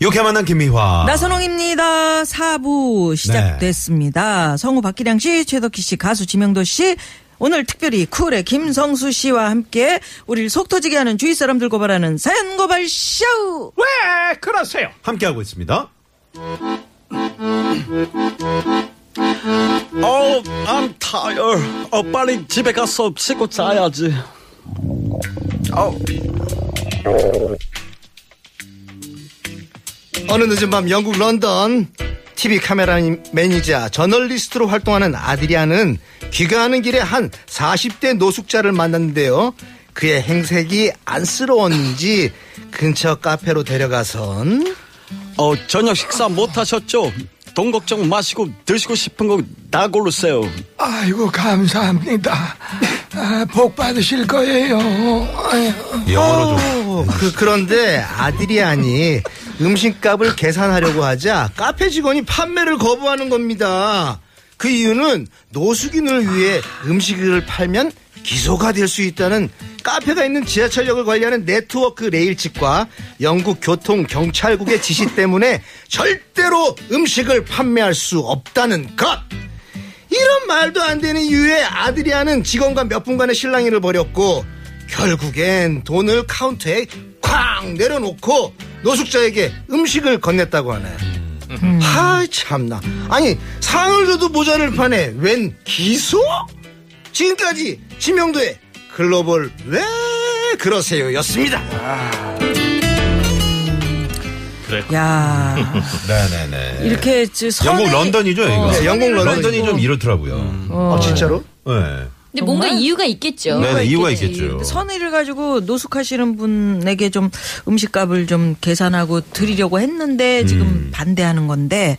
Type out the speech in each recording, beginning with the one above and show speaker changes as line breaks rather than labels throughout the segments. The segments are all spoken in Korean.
이렇게 만난 김미화.
나선홍입니다. 4부 시작됐습니다.
네.
성우 박기량 씨, 최덕희 씨, 가수 지명도 씨. 오늘 특별히 쿨의 김성수 씨와 함께 우리를 속 터지게 하는 주위 사람들 고발하는 사연 고발 쇼!
왜 네, 그러세요? 함께하고 있습니다.
Oh, I'm tired. 어, 빨리 집에 가서 씻고 자야지.
어느 늦은 밤 영국 런던 TV 카메라 매니저 저널리스트로 활동하는 아드리아는 귀가하는 길에 한 40대 노숙자를 만났는데요. 그의 행색이 안쓰러웠는지 근처 카페로 데려가선
어, 저녁 식사 못 하셨죠? 돈 걱정 마시고 드시고 싶은 거 다 고르세요.
아이고 감사합니다. 아, 복 받으실 거예요. 아유,
영어로 좀.
어, 그, 그런데 아드리안이 음식값을 계산하려고 하자 카페 직원이 판매를 거부하는 겁니다. 그 이유는 노숙인을 위해 음식을 팔면 기소가 될 수 있다는 카페가 있는 지하철역을 관리하는 네트워크 레일 측과 영국 교통 경찰국의 지시 때문에 절대로 음식을 판매할 수 없다는 것. 이런 말도 안 되는 이유에 아드리아는 직원과 몇 분간의 실랑이를 벌였고 결국엔 돈을 카운터에 쾅 내려놓고 노숙자에게 음식을 건넸다고 하네. 하 참나. 아니 상을 줘도 모자를 파네. 웬 기소? 지금까지 지명도의 글로벌 왜 그러세요였습니다.
야
네네네.
이렇게 어. 저 선에
네. 영국 런던이죠, 이거.
네, 영국 런던.
런던이 좀 이렇더라고요.
어, 진짜로?
네.
근데 뭔가 이유가 있겠죠.
네, 네, 이유가 있겠죠.
선의를 가지고 노숙하시는 분에게 좀 음식값을 좀 계산하고 드리려고 했는데 지금
음.
반대하는 건데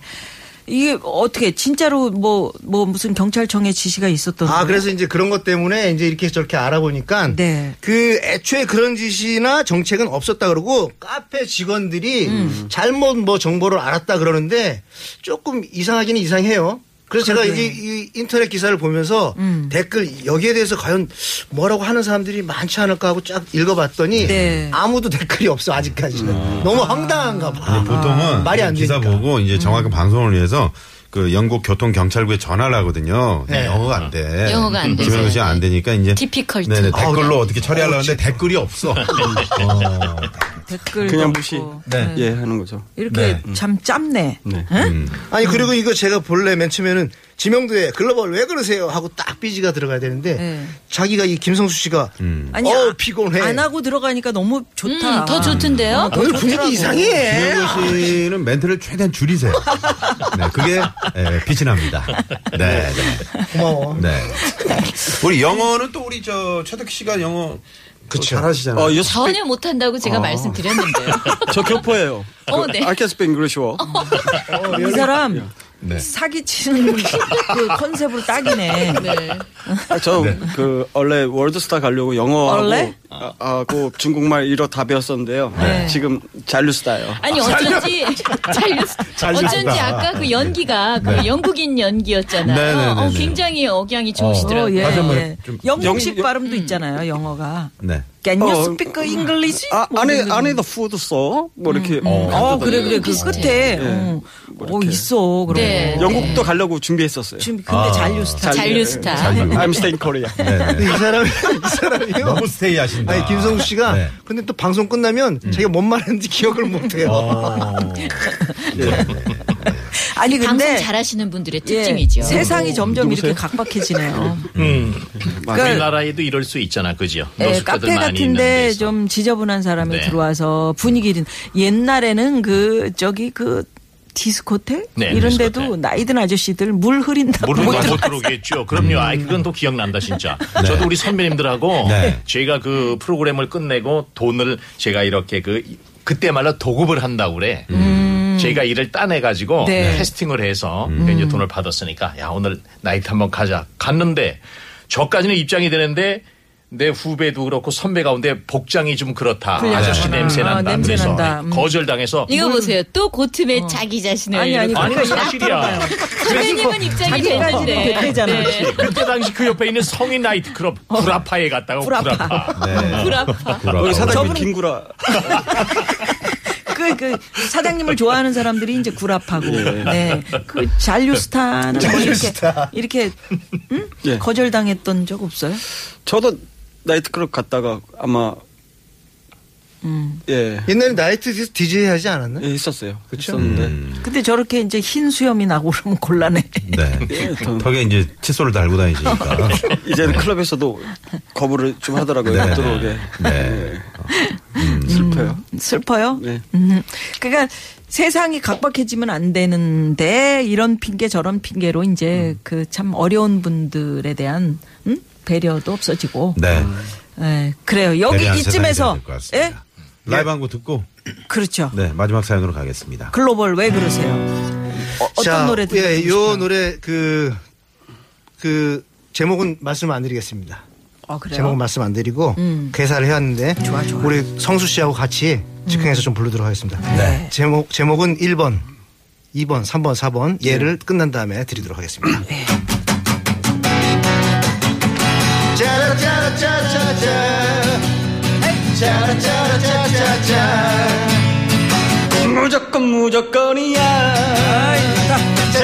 이게 어떻게 진짜로 뭐 뭐 무슨 경찰청의 지시가 있었던
아,
거예요?
그래서 이제 그런 것 때문에 이제 이렇게 저렇게 알아보니까
네.
그 애초에 그런 지시나 정책은 없었다 그러고 카페 직원들이
음.
잘못 뭐 정보를 알았다 그러는데 조금 이상하기는 이상해요. 그래서 제가
그러게. 음.
이제 이 인터넷 기사를 보면서 댓글 여기에 대해서 과연 뭐라고 하는 사람들이 많지 않을까 하고 쫙 읽어봤더니
네.
아무도 댓글이 없어 아직까지는 너무 황당한가 봐.
아, 보통은
아, 말이 안
기사 뭐.
되니까.
보고 이제 정확한 방송을 위해서 그 영국 교통 경찰국에 전화를 하거든요.
네.
영어가 안 돼.
영어가 안 돼서.
김현우 씨안 되니까 이제
디피컬트.
네네 댓글로 어떻게 처리하려고 하는데 댓글이 없어. 어.
댓글
그냥 무시.
네.
예, 하는 거죠.
이렇게 참 짭네. 에?
음.
아니 그리고 이거 제가 본래 맨 처음에는 지명도에 글로벌 왜 그러세요 하고 딱 삐지가 들어가야 되는데
네.
자기가 이 김성수 씨가
음.
아니
어우,
아-
피곤해.
안 하고 들어가니까 너무
음,
좋다. 어,
더 좋던데요?
오늘 분위기 이상해.
김현우 씨는 멘트를 최대한 줄이세요. 네, 그게 예, 빛이 납니다. 네, 네.
고마워.
네. 우리 영어는 또 우리 저 최덕희 씨가 영어 그 잘하시잖아요.
어, you speak.
전혀
그-
못한다고
어.
제가 말씀드렸는데요.
저 교포예요.
어, 네.
I can speak English 뭐. well.
어. 이 사람
네.
사기치는 그 컨셉으로 딱이네.
네.
아, 저, 그, 원래 월드스타 가려고 영어하고
원래?
아, 하고 중국말 이러 다 배웠었는데요. 지금 잔류스타예요.
아니 어쩐지
잘
잘 어쩐지
됐다.
아까 그 연기가 그
네.
영국인 연기였잖아요.
네, 네, 네,
어,
네.
굉장히 억양이
어,
좋으시더라고요.
예,
다시 한번
예.
좀-
영국식
영-
발음도 있잖아요, 영어가.
네.
Can you
어,
speak English?
아,
뭐
안에,
이런-
안에도 푸드 써? 뭐 이렇게.
어, 그래, 그래. 그 끝에. 어, 어, 있어. 그런
네.
거.
영국도 가려고 준비했었어요.
지금
아.
근데 잔류 스타일.
잔류스타.
I'm staying Korea.
네, 네.
근데 이 사람이 이
네.
사람이요.
너무 스테이 하신다.
아니 김성수 씨가
네.
근데 또 방송 끝나면
음.
자기가 뭔 말했는지 기억을 못해요.
어. 네, 네.
아니,
방송
근데.
잘하시는 분들의
예,
특징이죠.
세상이 점점 이렇게 각박해지네요. 그러니까
우리나라에도 이럴 수 있잖아, 그죠?
예,
노숙자들
카페
많이 있는
같은데
데서.
좀 지저분한 사람이
네. 음.
들어와서 분위기 옛날에는 그 저기 그 디스코텍
네,
이런데도
디스코텍.
나이든 아저씨들 물 흐린다고
모르는
못
거못 들어오겠죠. 그럼요. 아이, 그건 또 기억난다, 진짜. 저도 우리 선배님들하고
네.
제가 그 프로그램을 끝내고 돈을 제가 이렇게 그 그때 말로 도급을 한다고 그래. 제가 일을 따내가지고
네.
캐스팅을 해서 이제 돈을 받았으니까 야 오늘 나이트 한번 가자. 갔는데 저까지는 입장이 되는데 내 후배도 그렇고 선배 가운데 복장이 좀 그렇다. 아저씨
불려졌구나.
냄새 난다.
아, 냄새
그래서
난다. 음.
거절당해서
이거 보세요. 또 고틈에 자기 자신을.
어. 아니, 아니,
이렇게.
아니 그 사실이야.
선배님은 입장이
자기까지는
됐는데.
대패잖아.
네.
그때 당시 그 옆에 있는 성인 나이트클럽 구라파에 갔다가
구라파.
구라파.
불합파.
돌아가고.
우리 사장님
저분은-
김구라.
그, 그, 사장님을 좋아하는 사람들이 이제 구랍하고, 네. 그, 잔류스타는 네. 뭐 이렇게, 이렇게, 응?
예.
거절당했던 적 없어요?
저도 나이트클럽 갔다가 아마 예,
옛날에 나이트에서 DJ 하지 않았나?
예 있었어요. 있었는데
근데 저렇게 이제 흰 수염이 나고 그러면 곤란해.
네. 턱에 이제 칫솔을 달고 다니시니까.
이제는 클럽에서도 거부를 좀 하더라고요. 못 들어오게
네.
슬퍼요.
슬퍼요?
네.
음. 그러니까 세상이 각박해지면 안 되는데 이런 핑계 저런 핑계로 이제 그 참 어려운 분들에 대한 음? 배려도 없어지고.
네.
예, 그래요. 여기
대리한
이쯤에서
세상이 될것
예?
같습니다. 라이브 한 곡 듣고
그렇죠.
네 마지막 사연으로 가겠습니다.
글로벌 왜 그러세요? 어, 어떤
자,
노래 들으고
예,
싶어요?
요 노래 그, 그, 제목은 말씀 안 드리겠습니다.
아, 그래요?
제목은 말씀 안 드리고,
음.
개사를 해왔는데,
좋아, 좋아. 음.
우리 성수 씨하고 같이 즉흥해서 좀 부르도록 하겠습니다.
네.
제목, 제목은 1번, 2번, 3번, 4번, 얘를
네.
끝난 다음에 드리도록 하겠습니다. 짜라짜라짜짜짜. 짜라짜라짜짜짜.
무조건 무조건이야.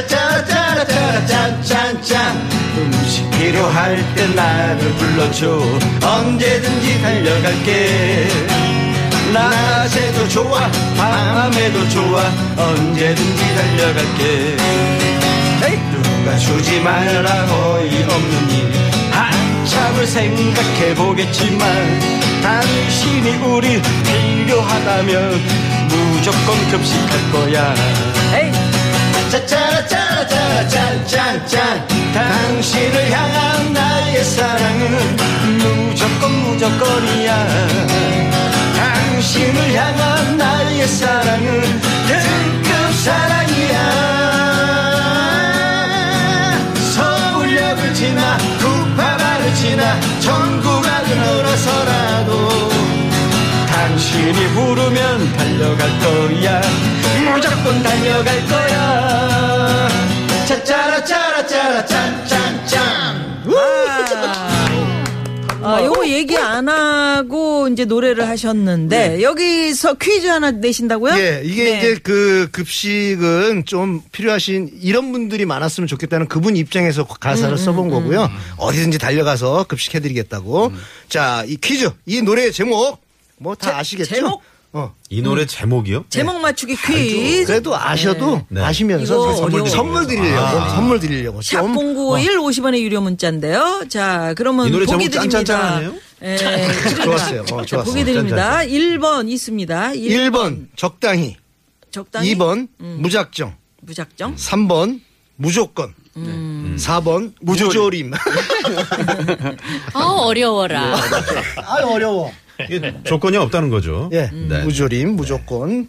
짜짜라짜라짜짠짠짠 음식 필요할 때 나를 불러줘 언제든지 달려갈게 낮에도 좋아 밤에도 좋아 언제든지 달려갈게 누가 주지 말라 어이없는 일 한참을 생각해보겠지만 당신이 우리 필요하다면 무조건 급식할 거야
에이,
짜짜라짜라짜라짠짠짠 당신을 향한 나의 사랑은 무조건 무조건이야 당신을 향한 나의 사랑은 등급 사랑이야 서울역을 지나 구파발을 지나 전국악을 놀아서라도 당신이 부르면 달려갈 거야 무조건 달려갈 거야 짜짜라짜라짜라짠짠짠
아, 요거 얘기 안 하고 이제 노래를 하셨는데 여기서 퀴즈 하나 내신다고요?
예, 이게
네.
이제 그 급식은 좀 필요하신 이런 분들이 많았으면 좋겠다는 그분 입장에서
음,
가사를 써본 거고요. 어디든지 달려가서 급식해드리겠다고. 자, 이 퀴즈, 이 노래 제목 뭐 다 아시겠죠?
음. 제목?
어.
이 노래 제목이요?
제목 맞추기 퀴즈.
그래도 아셔도
네.
이거
아시면서 선물,
어려워요. 아.
선물 드리려고 선물 드리려고
샵
좀
091 50원의 유료 문자인데요. 자,
어.
그러면
이 노래
보기
제목
드립니다.
짠짠짠하네요?
예.
좋았어요. 어,
자,
좋았어요.
보기 드립니다. 1번 있습니다. 1,
1번 적당히,
적당히 음.
2번 무작정,
무작정.
3번 무조건,
음.
4번 무조림.
아 어려워라.
네.
아 어려워.
이게 조건이 없다는 거죠.
예,
음.
네.
무조림 무조건.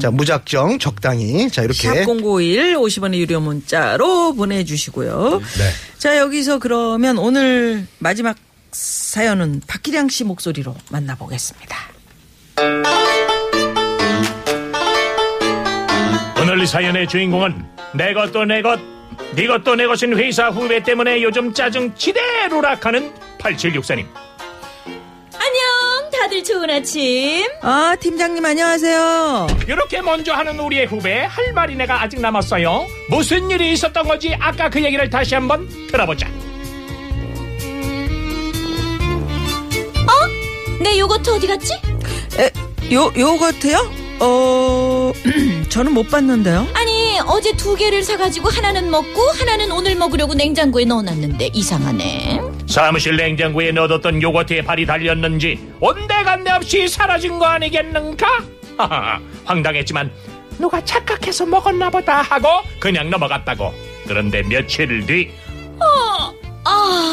자 무작정 적당히. 자
예.
이렇게.
샵 091 50원의 유료 문자로 보내주시고요.
네.
자, 여기서 그러면 오늘 마지막 사연은 박기량 씨 목소리로 만나보겠습니다.
오늘 이 사연의 주인공은 내 것도 내 것, 네 것도 내 것인 회사 후배 때문에 요즘 짜증 지대로락하는 8764님.
안녕, 다들 좋은 아침.
아, 팀장님 안녕하세요.
이렇게 먼저 하는 우리의 후배 할 말이 내가 아직 남았어요. 무슨 일이 있었던 거지? 아까 그 얘기를 다시 한번 들어보자.
내 네, 요거트 어디 갔지?
에, 요, 요거트요? 어, 저는 못 봤는데요.
아니 어제 두 개를 사가지고 하나는 먹고 하나는 오늘 먹으려고 냉장고에 넣어놨는데 이상하네.
사무실 냉장고에 넣어뒀던 요거트에 발이 달렸는지 온데간데 없이 사라진 거 아니겠는가? 하하, 황당했지만 누가 착각해서 먹었나 보다 하고 그냥 넘어갔다고. 그런데 며칠 뒤
아,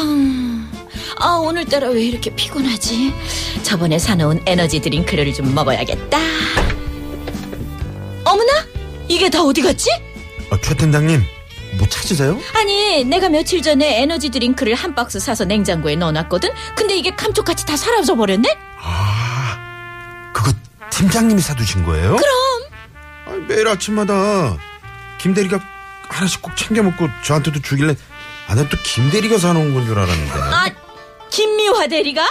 아 오늘따라 왜 이렇게 피곤하지? 저번에 사놓은 에너지 드링크를 좀 먹어야겠다. 어머나? 이게 다 어디 갔지?
어, 최 팀장님 뭐 찾으세요?
아니, 내가 며칠 전에 에너지 드링크를 한 박스 사서 냉장고에 넣어놨거든? 근데 이게 감쪽같이 다 사라져 버렸네?
그거 팀장님이 사두신 거예요? 그럼. 매일 아침마다 김 대리가 하나씩 꼭 챙겨 먹고 저한테도 주길래 아 난 또 김 대리가 사놓은 건 줄 알았는데.
아, 김미화 대리가?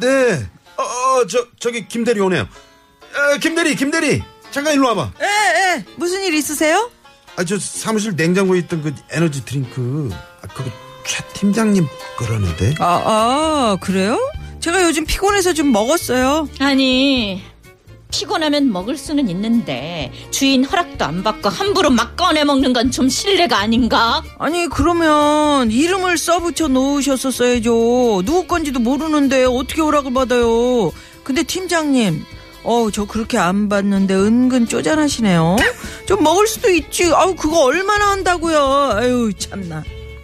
네. 어, 어, 저 저기 김 대리 오네요. 에, 김 대리, 김 대리, 잠깐 일로 와봐.
예, 예. 무슨 일 있으세요?
아, 저 사무실 냉장고에 있던 그 에너지 드링크, 아, 그거 최 팀장님 거라는데.
아, 아, 그래요? 제가 요즘 피곤해서 좀 먹었어요.
아니, 피곤하면 먹을 수는 있는데, 주인 허락도 안 받고 함부로 막 꺼내 먹는 건 좀 실례가 아닌가?
아니, 그러면 이름을 써붙여 놓으셨었어야죠. 누구 건지도 모르는데 어떻게 허락을 받아요. 근데 팀장님, 어우, 저 그렇게 안 봤는데 은근 쪼잔하시네요. 좀 먹을 수도 있지. 아우, 그거 얼마나 한다고요. 아유, 참나.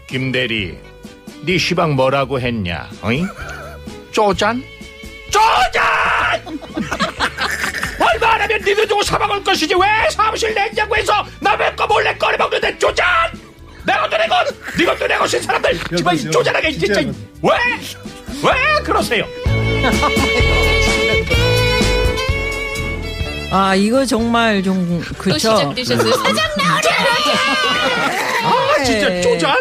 김대리, 네 시방 뭐라고 했냐? 어잉? 쪼잔? 쪼잔! 얼마나면 니들 두고 사먹을 것이지 왜 사무실 냉장고에서 남의 거 몰래 꺼내 먹는데 쪼잔! 내 것도 내 것, 네 것도 내 것인 사람들 집안이 쪼잔하게 진짜 왜? 왜 그러세요?
아, 이거 정말 좀, 그쵸.
또 시작되셨어요. 사장
아 진짜
네.
쪼잔?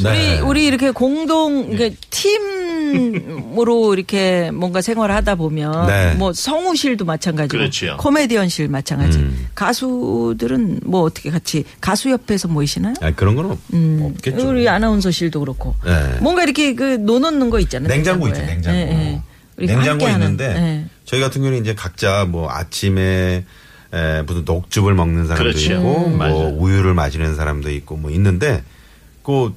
우리
네.
우리 이렇게 공동 이게 팀으로 이렇게 뭔가 생활을 하다 보면
네.
뭐 성우실도 마찬가지고
그렇죠.
코미디언실 마찬가지
음.
가수들은 뭐 어떻게 같이 가수 협회에서 모이시나요?
아, 그런 건 없, 없겠죠.
음, 우리 아나운서실도 그렇고
네.
뭔가 이렇게 그 놓는 거 있잖아요.
냉장고 있죠,
냉장고에.
냉장고.
예, 예. 우리가
냉장고
함께하는,
있는데
예.
저희 같은 경우는 이제 각자 뭐 아침에 에, 무슨 녹즙을 먹는 사람도
그렇죠.
있고
음. 맞아요.
뭐 우유를 마시는 사람도 있고 뭐 있는데 그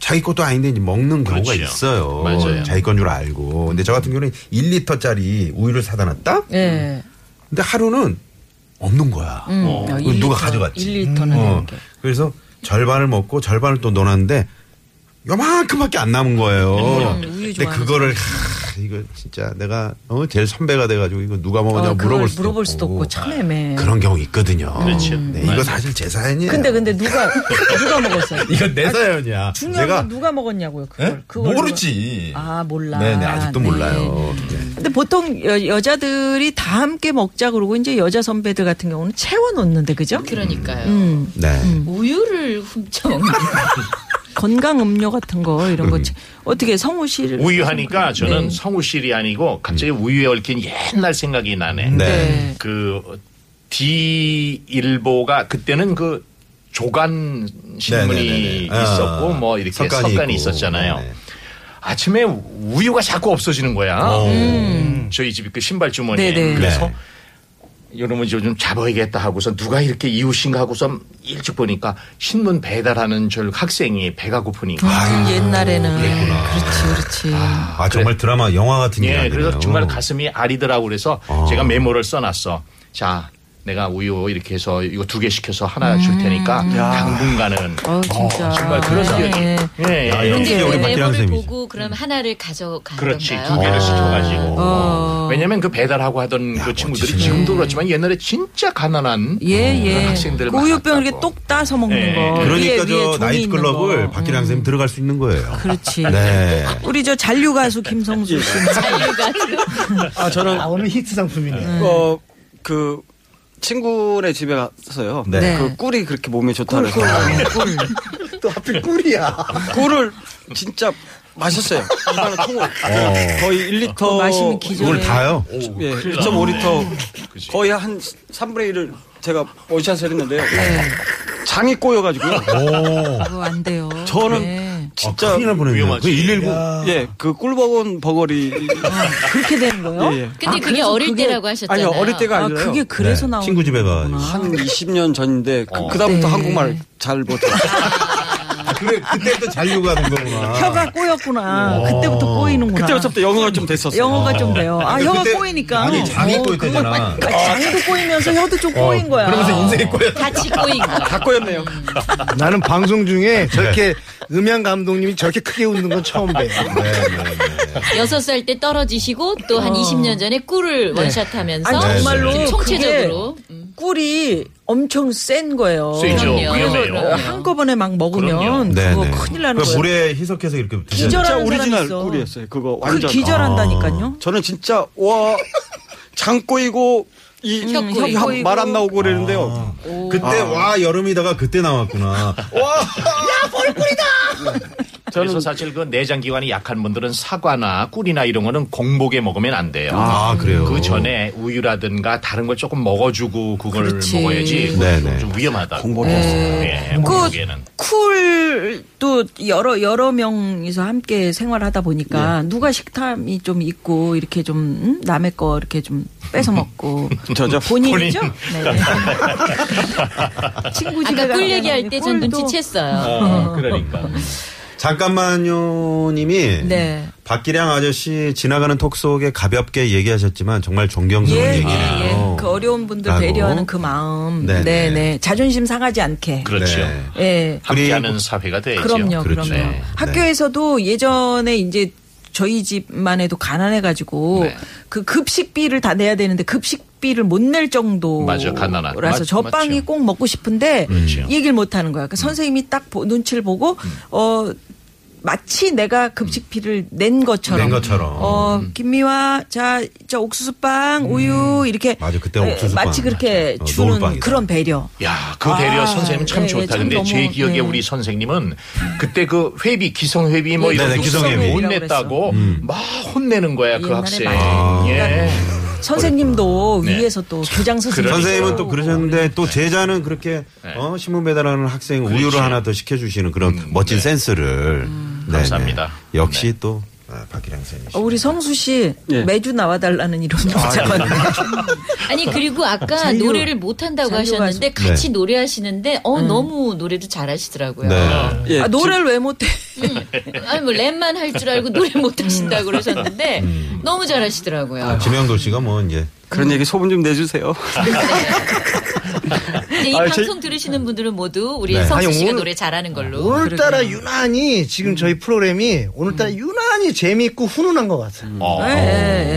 자기 것도 아닌데 이제 먹는 경우가
그렇죠.
있어요.
맞아요.
자기 건 줄 알고. 근데 저 같은 경우는 1리터짜리 우유를 사다 놨다. 음.
예.
근데 하루는 없는 거야. 어.
음,
그걸
1L,
누가 가져갔지?
1L는
어. 그래서 절반을 먹고 절반을 또 넣어놨는데 요만큼밖에 안 남은 거예요.
음, 우유
근데
좋아하는
그거를 하, 이거 진짜 내가 어, 제일 선배가 돼가지고 이거 누가 먹었냐고
어, 그걸
물어볼 수도
물어볼
없고.
수도 없고 참 애매해. 음.
그런 경우 있거든요.
그렇죠.
네,
맞아요.
이거 사실 제 사연이에요.
근데 근데 누가 누가 먹었어요?
이건 내 사연이야.
중요한
내가
건 누가 먹었냐고요. 그걸.
예?
그걸
모르지.
아, 몰라.
네네 아직도
네.
몰라요. 네.
근데 보통 여, 자들이다 함께 먹자 그러고 이제 여자 선배들 같은 경우는 채워 놓는데 그죠?
그러니까요.
음,
네.
우유를 훔쳐 먹는.
건강 음료 같은 거 이런 거 채- 어떻게 성우 씨를
우유하니까 저는
네.
성우실이 아니고 갑자기 우유에 얽힌 옛날 생각이 네. 나네.
네.
그 D 일보가 그때는 그 조간 신문이
네네네네. 아,
있었고 뭐 이렇게
석간이
석간이,
있고.
있었잖아요.
네네.
아침에 우유가 자꾸 없어지는 거야.
어.
저희 집이 그 신발 주머니에
네네.
그래서
네.
여러분 이제 좀 잡아야겠다 하고서 누가 이렇게 이웃인가 하고서 일찍 보니까 신문 배달하는 절 학생이 배가 고프니까
옛날에는 그렇지 그렇지.
아 정말 드라마 영화 같은
예,
이야기네요.
그래서 정말 가슴이 아리더라고 그래서
어.
제가 메모를 써놨어. 자, 내가 우유 이렇게 해서 이거 두 개 시켜서 하나 줄 테니까
음.
당분간은
어 진짜.
정말 그런 기억이.
예.
예,
야,
예.
이런
근데
게
네,
우리
그
박기량
메모를
쌤이지.
보고 그럼 하나를 가져간
그렇지 두
건가요?
개를 시켜가지고.
어.
왜냐면 그 배달하고 하던 그 친구들이
멋지시네.
지금도 그렇지만 옛날에 진짜 가난한
예, 예.
음, 학생들
그 우유병 이렇게
많았다고.
똑 따서 먹는
예,
거. 위에,
그러니까
위에 종이
저
있는
나이트클럽을
거. 그러니까.
박기량 쌤 들어갈 수 있는 거예요.
그렇지.
네.
우리 저 잔류 가수 김성수 씨.
아 저는
아, 오늘 히트 상품이네.
어 그 친구네 집에 가서요.
네.
그 꿀이 그렇게 몸에 좋다 그래서
또 하필 꿀이야.
꿀을 진짜 마셨어요. 얼마나 통을
어.
거의 1리터
마시면 어, 기절.
이걸 다요?
예, 1.5리터 거의 한 3분의 1을 제가 원샷을 했는데요. 장이 꼬여가지고요.
오.
그거 안 돼요.
저는
네.
아,
진짜
큰일 날 뻔했네요. 그 119.
예, 그 꿀버건 버거리.
아, 그렇게 되는 거예요?
예, 예.
근데 그게
그래서
어릴
그게-
때라고 하셨잖아요.
아니요, 어릴 때가
아,
아니라요.
그게 그래서
네,
나온
친구 집에 가.
한 20년 전인데 그, 다음부터
네.
한국말 잘 못해요.
아, 그래 그때부터 잔류가 된 거구나.
혀가
네.
꼬였구나. 아, 그때부터
어.
꼬이는구나.
그때부터 영어가 좀 됐었어요.
영어가 좀 돼요. 아,
근데
혀가
그때-
꼬이니까.
아니 장이
어,
꼬였대잖아. 어.
그거- 아, 장도 꼬이면서 혀도 좀 꼬인 거야.
그러면서
어,
인생이 꼬였.
같이 꼬인 거.
다 꼬였네요.
음,
나는 방송
네.
중에 저렇게 음향 감독님이 저렇게 크게 웃는 건 처음 봬요.
네.
여섯 살 때 떨어지시고 또 한 20년 전에 꿀을 원샷하면서
아니,
정말로
총체적으로 음.
꿀이 엄청 센 거예요.
세죠.
그럼요.
위험해요.
어, 한꺼번에 막 먹으면
네,
그거
네.
큰일 나는
그
거예요.
물에 희석해서 이렇게 드시는
기절-
진짜
사람이
오리지널
있어.
꿀이었어요. 그거
그
완전. 아,
기절한다니까요.
저는 진짜 와 장꼬이고 이
혀 꼬이고.
말안 나오고 그랬는데요.
아.
그때 와 여름이다가 그때 나왔구나.
그래서 사실 그 내장 기관이 약한 분들은 사과나 꿀이나 이런 거는 공복에 먹으면 안 돼요.
아 그래요.
그 전에 우유라든가 다른 걸 조금 먹어주고 그걸
그렇지.
먹어야지 그건
네네.
좀 위험하다.
공복이었어요.
네, 공복에는.
그 쿨도 여러 여러 명이서 함께 생활하다 보니까 누가 식탐이 좀 있고 이렇게 좀 음? 남의 거 이렇게 좀 뺏어 먹고 그
저저
본인이죠? 네. 친구 집에
아까 꿀
가면
얘기할 때 전
꿀도-
눈치챘어요.
어, 그러니까.
잠깐만요 님이
네.
박기량 아저씨 지나가는 톡 속에 가볍게 얘기하셨지만 정말 존경스러운
예, 예,
얘기네요.
예. 그 어려운 분들
라고.
배려하는 그 마음.
네네.
네네. 자존심 상하지 않게.
그렇죠.
네.
예.
함께하는 사회가 돼야죠.
그럼요, 그럼요.
그렇죠. 네.
학교에서도 예전에 이제 저희 집만 해도 가난해가지고
네.
그 급식비를 다 내야 되는데 급식비를 못 낼 정도라서
맞아, 가난하- 맞-
저 빵이
맞죠.
꼭 먹고 싶은데
그렇죠. 음.
얘기를 못 하는 거야. 그러니까 선생님이 딱 보- 눈치를 보고 어 마치 내가 급식비를 낸 것처럼.
낸 것처럼.
어
음.
김미화 자 저 옥수수빵 우유 이렇게
맞아, 그때
에,
옥수수빵.
마치 그렇게
맞아. 어,
주는
노을빵이다.
그런 배려.
야, 그 배려
아,
선생님 참
네,
좋다.
참
근데 제
너무,
기억에
네.
우리 선생님은 그때 그 회비, 기성회비 뭐
네,
이런
네, 기성회비. 음.
못 냈다고 막 혼냈는 거야, 그
옛날에
학생.
많이
아.
예.
선생님도
네.
위에서 또 교장 선생님.
그러니까.
선생님은 또 그러셨는데 또 제자는 그렇게
네. 그렇죠.
어, 신문 배달하는 학생 우유를 하나 더 시켜주시는 그런 멋진
네. 음.
센스를 네네.
감사합니다. 네.
역시 또 아, 박기량 선생님.
어, 우리 성수 씨
예.
매주 나와달라는 이런 문자가
아니 그리고 아까
자유-
노래를 못 한다고
자유가
하셨는데
좀-
같이
네.
노래하시는데 어 너무 노래도 잘하시더라고요.
어.
네.
예,
아, 노래를 왜 못해?
아니 뭐 랩만 할 줄 알고 노래 못 하신다고 그러셨는데 너무 잘하시더라고요.
지명도 씨가 뭐 이제
그런 얘기 소문 좀 내주세요.
근데 이
아, 제-
방송 들으시는 분들은 모두 우리
네.
성수
아니,
씨가
오늘-
노래 잘하는 걸로.
오늘따라 유난히 지금
음.
저희 프로그램이 오늘따라 유난히 재미있고 훈훈한 것 같아요.
음.
어.
예,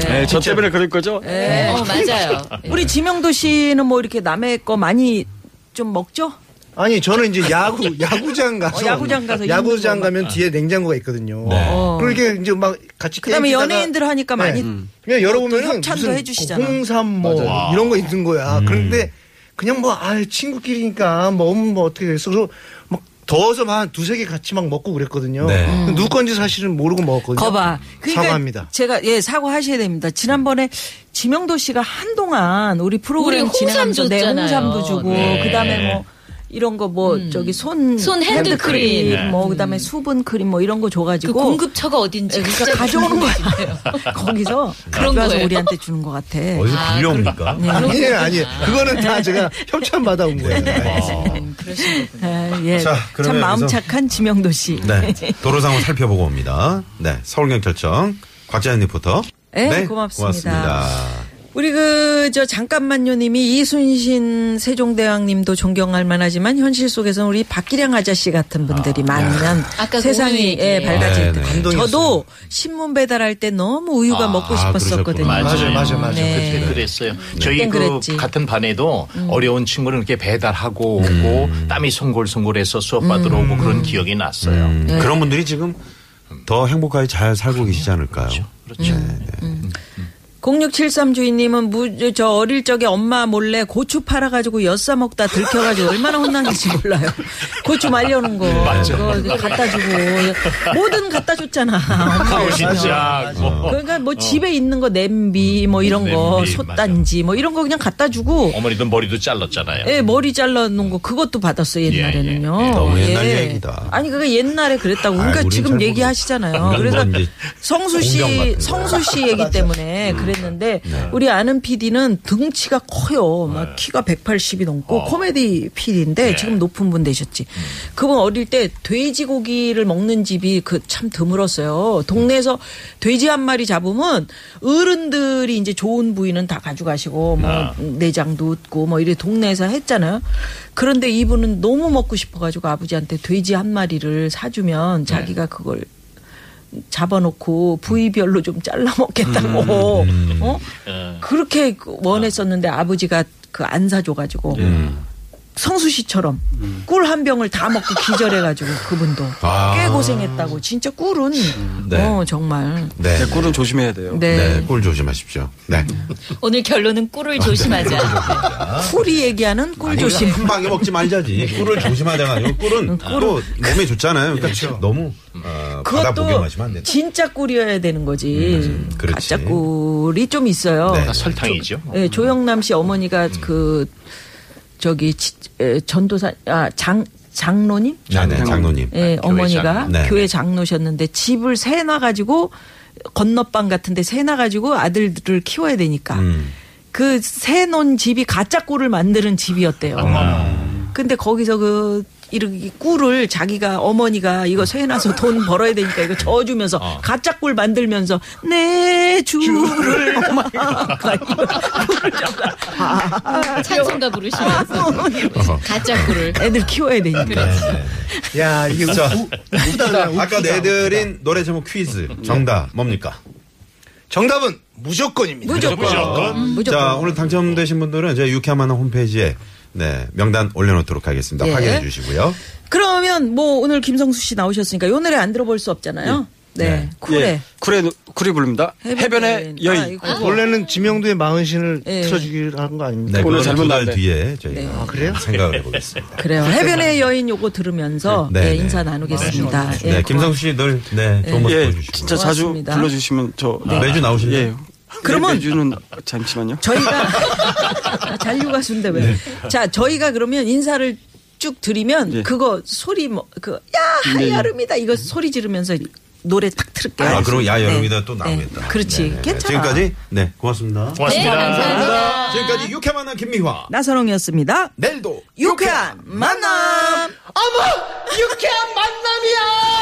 예.
예, 저 때문에 그럴 거죠?
네.
어 맞아요.
우리 지명도 씨는 뭐 이렇게 남의 거 많이 좀 먹죠?
아니 저는 이제 야구 야구장 가서
어, 야구장 가서
야구장
있는
가면 뒤에 냉장고가 있거든요. 그러니까 이제 막 같이
네. 그다음에
게임 치다가
연예인들 하니까 많이
음.
그냥 열어보면은
협찬도
무슨
해주시잖아.
홍삼 뭐
맞아요. 음.
이런 거 있는 거야. 그런데 그냥 뭐 아 친구끼리니까 먹으면 뭐 어떻게 됐어. 그래서 막 더워서 막 한 두세 개 같이 막 먹고 그랬거든요.
네.
근데 누구 건지 사실은 모르고
음.
먹었거든요.
거봐. 그러니까
사과합니다.
제가 예 사과하셔야 됩니다. 지난번에 지명도 씨가 한동안 우리
우리
프로그램
홍삼
진행하면서 내
줬잖아요. 음.
홍삼도 주고
네.
그다음에 뭐 이런 거 뭐 저기 손,
손 핸드크림.
네.
뭐 그다음에 수분 크림 뭐 이런 거
그
줘가지고
공급처가 어딘지
그러니까
진짜
가져오는 거야.
궁금해지네요.
거기서
그런
가져와서
거예요?
우리한테 주는 것 같아.
네.
예.
어디서
아,
빌려옵니까?
아니에요, 아니에요. 그거는 다 제가 협찬 받아온
네.
거예요.
네.
네.
어,
아, 예.
자, 그러면
참 마음
여기서-
착한 지명도 씨.
네. 도로 상황 살펴보고 옵니다. 네. 서울경찰청 곽재현 리포터.
네, 고맙습니다.
고맙습니다.
우리 그 저 잠깐만요 님이 이순신 세종대왕님도 존경할 만하지만 현실 속에서는 우리 박기량 아저씨 같은 분들이 많으면
아까 그 우유
세상이
얘기예요.
예,
네,
밝아질 때.
네.
저도 신문 배달할 때 너무 우유가
아,
먹고
아,
싶었었거든요.
그러셨구나.
맞아요. 맞아요,
맞아요.
네.
그랬어요. 저희
그땐
그
그랬지.
같은 반에도 어려운 친구를 이렇게 배달하고 오고 땀이 송골송골해서 수업 받으러 오고 그런 기억이 났어요.
음,
네.
그런 분들이 지금 더 행복하게 잘 살고 계시지 않을까요?
그렇죠.
0673 주인님은 무, 저 어릴 적에 엄마 몰래 고추 팔아가지고 엿싸 먹다 들켜가지고 얼마나 혼났는지 몰라요. 고추 말려놓은
네,
거. 그거 갖다 주고. 뭐든 갖다 줬잖아. 엄마
아,
없으면.
진짜 뭐
네, 그러니까
어.
뭐 집에 있는 거 냄비
음,
뭐 이런 거
냄비,
솥단지 뭐 이런 거 그냥 갖다 주고
어머니도 머리도 잘랐잖아요.
음.
예, 머리 잘라놓은 거 그것도 받았어요 옛날에는요.
예, 예.
너무 옛날 얘기다.
아니 그게 옛날에 그랬다고. 그러니까
아이, 우린 잘
지금
모르-
얘기하시잖아요.
그건
그래서
이제
성수
공병
씨,
같은 거.
성수 씨 얘기 때문에 그랬는데 우리 아는 PD는 등치가 커요. 막 키가 180이 넘고 코미디 PD인데 지금 높은 분 되셨지. 그분 어릴 때 돼지고기를 먹는 집이 그 참 드물었어요. 동네에서 돼지 한 마리 잡으면 어른들이 이제 좋은 부위는 다 가져가시고 뭐 내장도 웃고 뭐 이래 동네에서 했잖아요. 그런데 이분은 너무 먹고 싶어가지고 아버지한테 돼지 한 마리를 사주면 자기가 그걸 잡아놓고
음,
부위별로 좀 잘라 먹겠다고 어? 그렇게 원했었는데 아버지가 그 안 사줘가지고
예.
성수 씨처럼 꿀 한 병을 다 먹고 기절해가지고 그분도
아.
꽤 고생했다고 진짜 꿀은
네.
어 정말
네.
제 꿀은 조심해야 돼요.
네,
네, 꿀 조심하십시오. 네.
오늘 결론은 꿀을 조심하자.
꿀이 얘기하는 꿀
아니,
조심.
한 방에 먹지 말자지. 꿀을 조심하자가 아니고 꿀은 또 몸에 좋잖아요. 그러니까 너무 어, 바다
그것도
복용하시면 안 된다. 음,
진짜 꿀이어야 되는 거지.
그렇지.
가짜 꿀이 좀 있어요.
네.
아, 설탕이죠.
예, 조영남 씨 어머니가
음.
그 저기 지- 에, 전도사 아 장 장로님
네, 네, 장로님.
예, 어머니가
네.
교회 장로셨는데 집을 세놔 가지고 건너방 같은데 세놔 가지고 아들들을 키워야 되니까
음.
그 세놓은 집이 가짜 꿀을 만드는 집이었대요.
음.
아,
근데 거기서 그 이렇게 꿀을 자기가 어머니가 이거 세놔서 돈 벌어야 되니까 이거 저어주면서 가짜 꿀 만들면서 내 주를 막
찬송가 부르시면서
아,
가짜 꿀을.
애들 키워야 되니까.
네. 야 이게
네, 자,
웃기다.
아까 내드린 노래 제목 퀴즈 정답 뭡니까?
정답은 무조건입니다. 음.
무조건.
자, 오늘 당첨되신 분들은 저희 유쾌한 홈페이지에 네, 명단 올려놓도록 하겠습니다.
예.
확인해 주시고요.
그러면 뭐 오늘 김성수 씨 나오셨으니까 이 노래 안 들어볼 수 없잖아요. 네. 쿨해.
예, 쿨에 쿨이 부릅니다. 해변의
아,
여인.
이거.
원래는 지명도의 마흔신을
예.
틀어주기로 한거 아닙니까?
네,
오늘
그거는
잘못
두달
나왔네. 아,
뒤에 저희가
네.
그래요?
생각을 해보겠습니다.
그래요. 해변의 여인 요거 들으면서
네,
예,
네.
인사 나누겠습니다. 예,
네, 김성수 씨늘 네, 좋은 모습
예,
보여주시고.
진짜 자주
고맙습니다.
불러주시면 저
아, 매주 나오실래요?
예.
그러면-
그러면 매주는 잠시만요.
저희가 아, 잔류 가수인데 왜?
네.
자, 저희가 그러면 인사를 쭉 드리면
예.
그거 소리 뭐그야 하야름이다 이거 소리 지르면서 노래 탁 틀을게요.
네, 아, 그럼 야, 여름이다
네.
또
네.
나오겠다.
그렇지.
네, 네, 네.
괜찮아.
지금까지, 네, 고맙습니다.
고맙습니다.
지금까지 유쾌 만난 김미화.
나선홍이었습니다.
내일도
유쾌한 만남.
유쾌한 만남이야!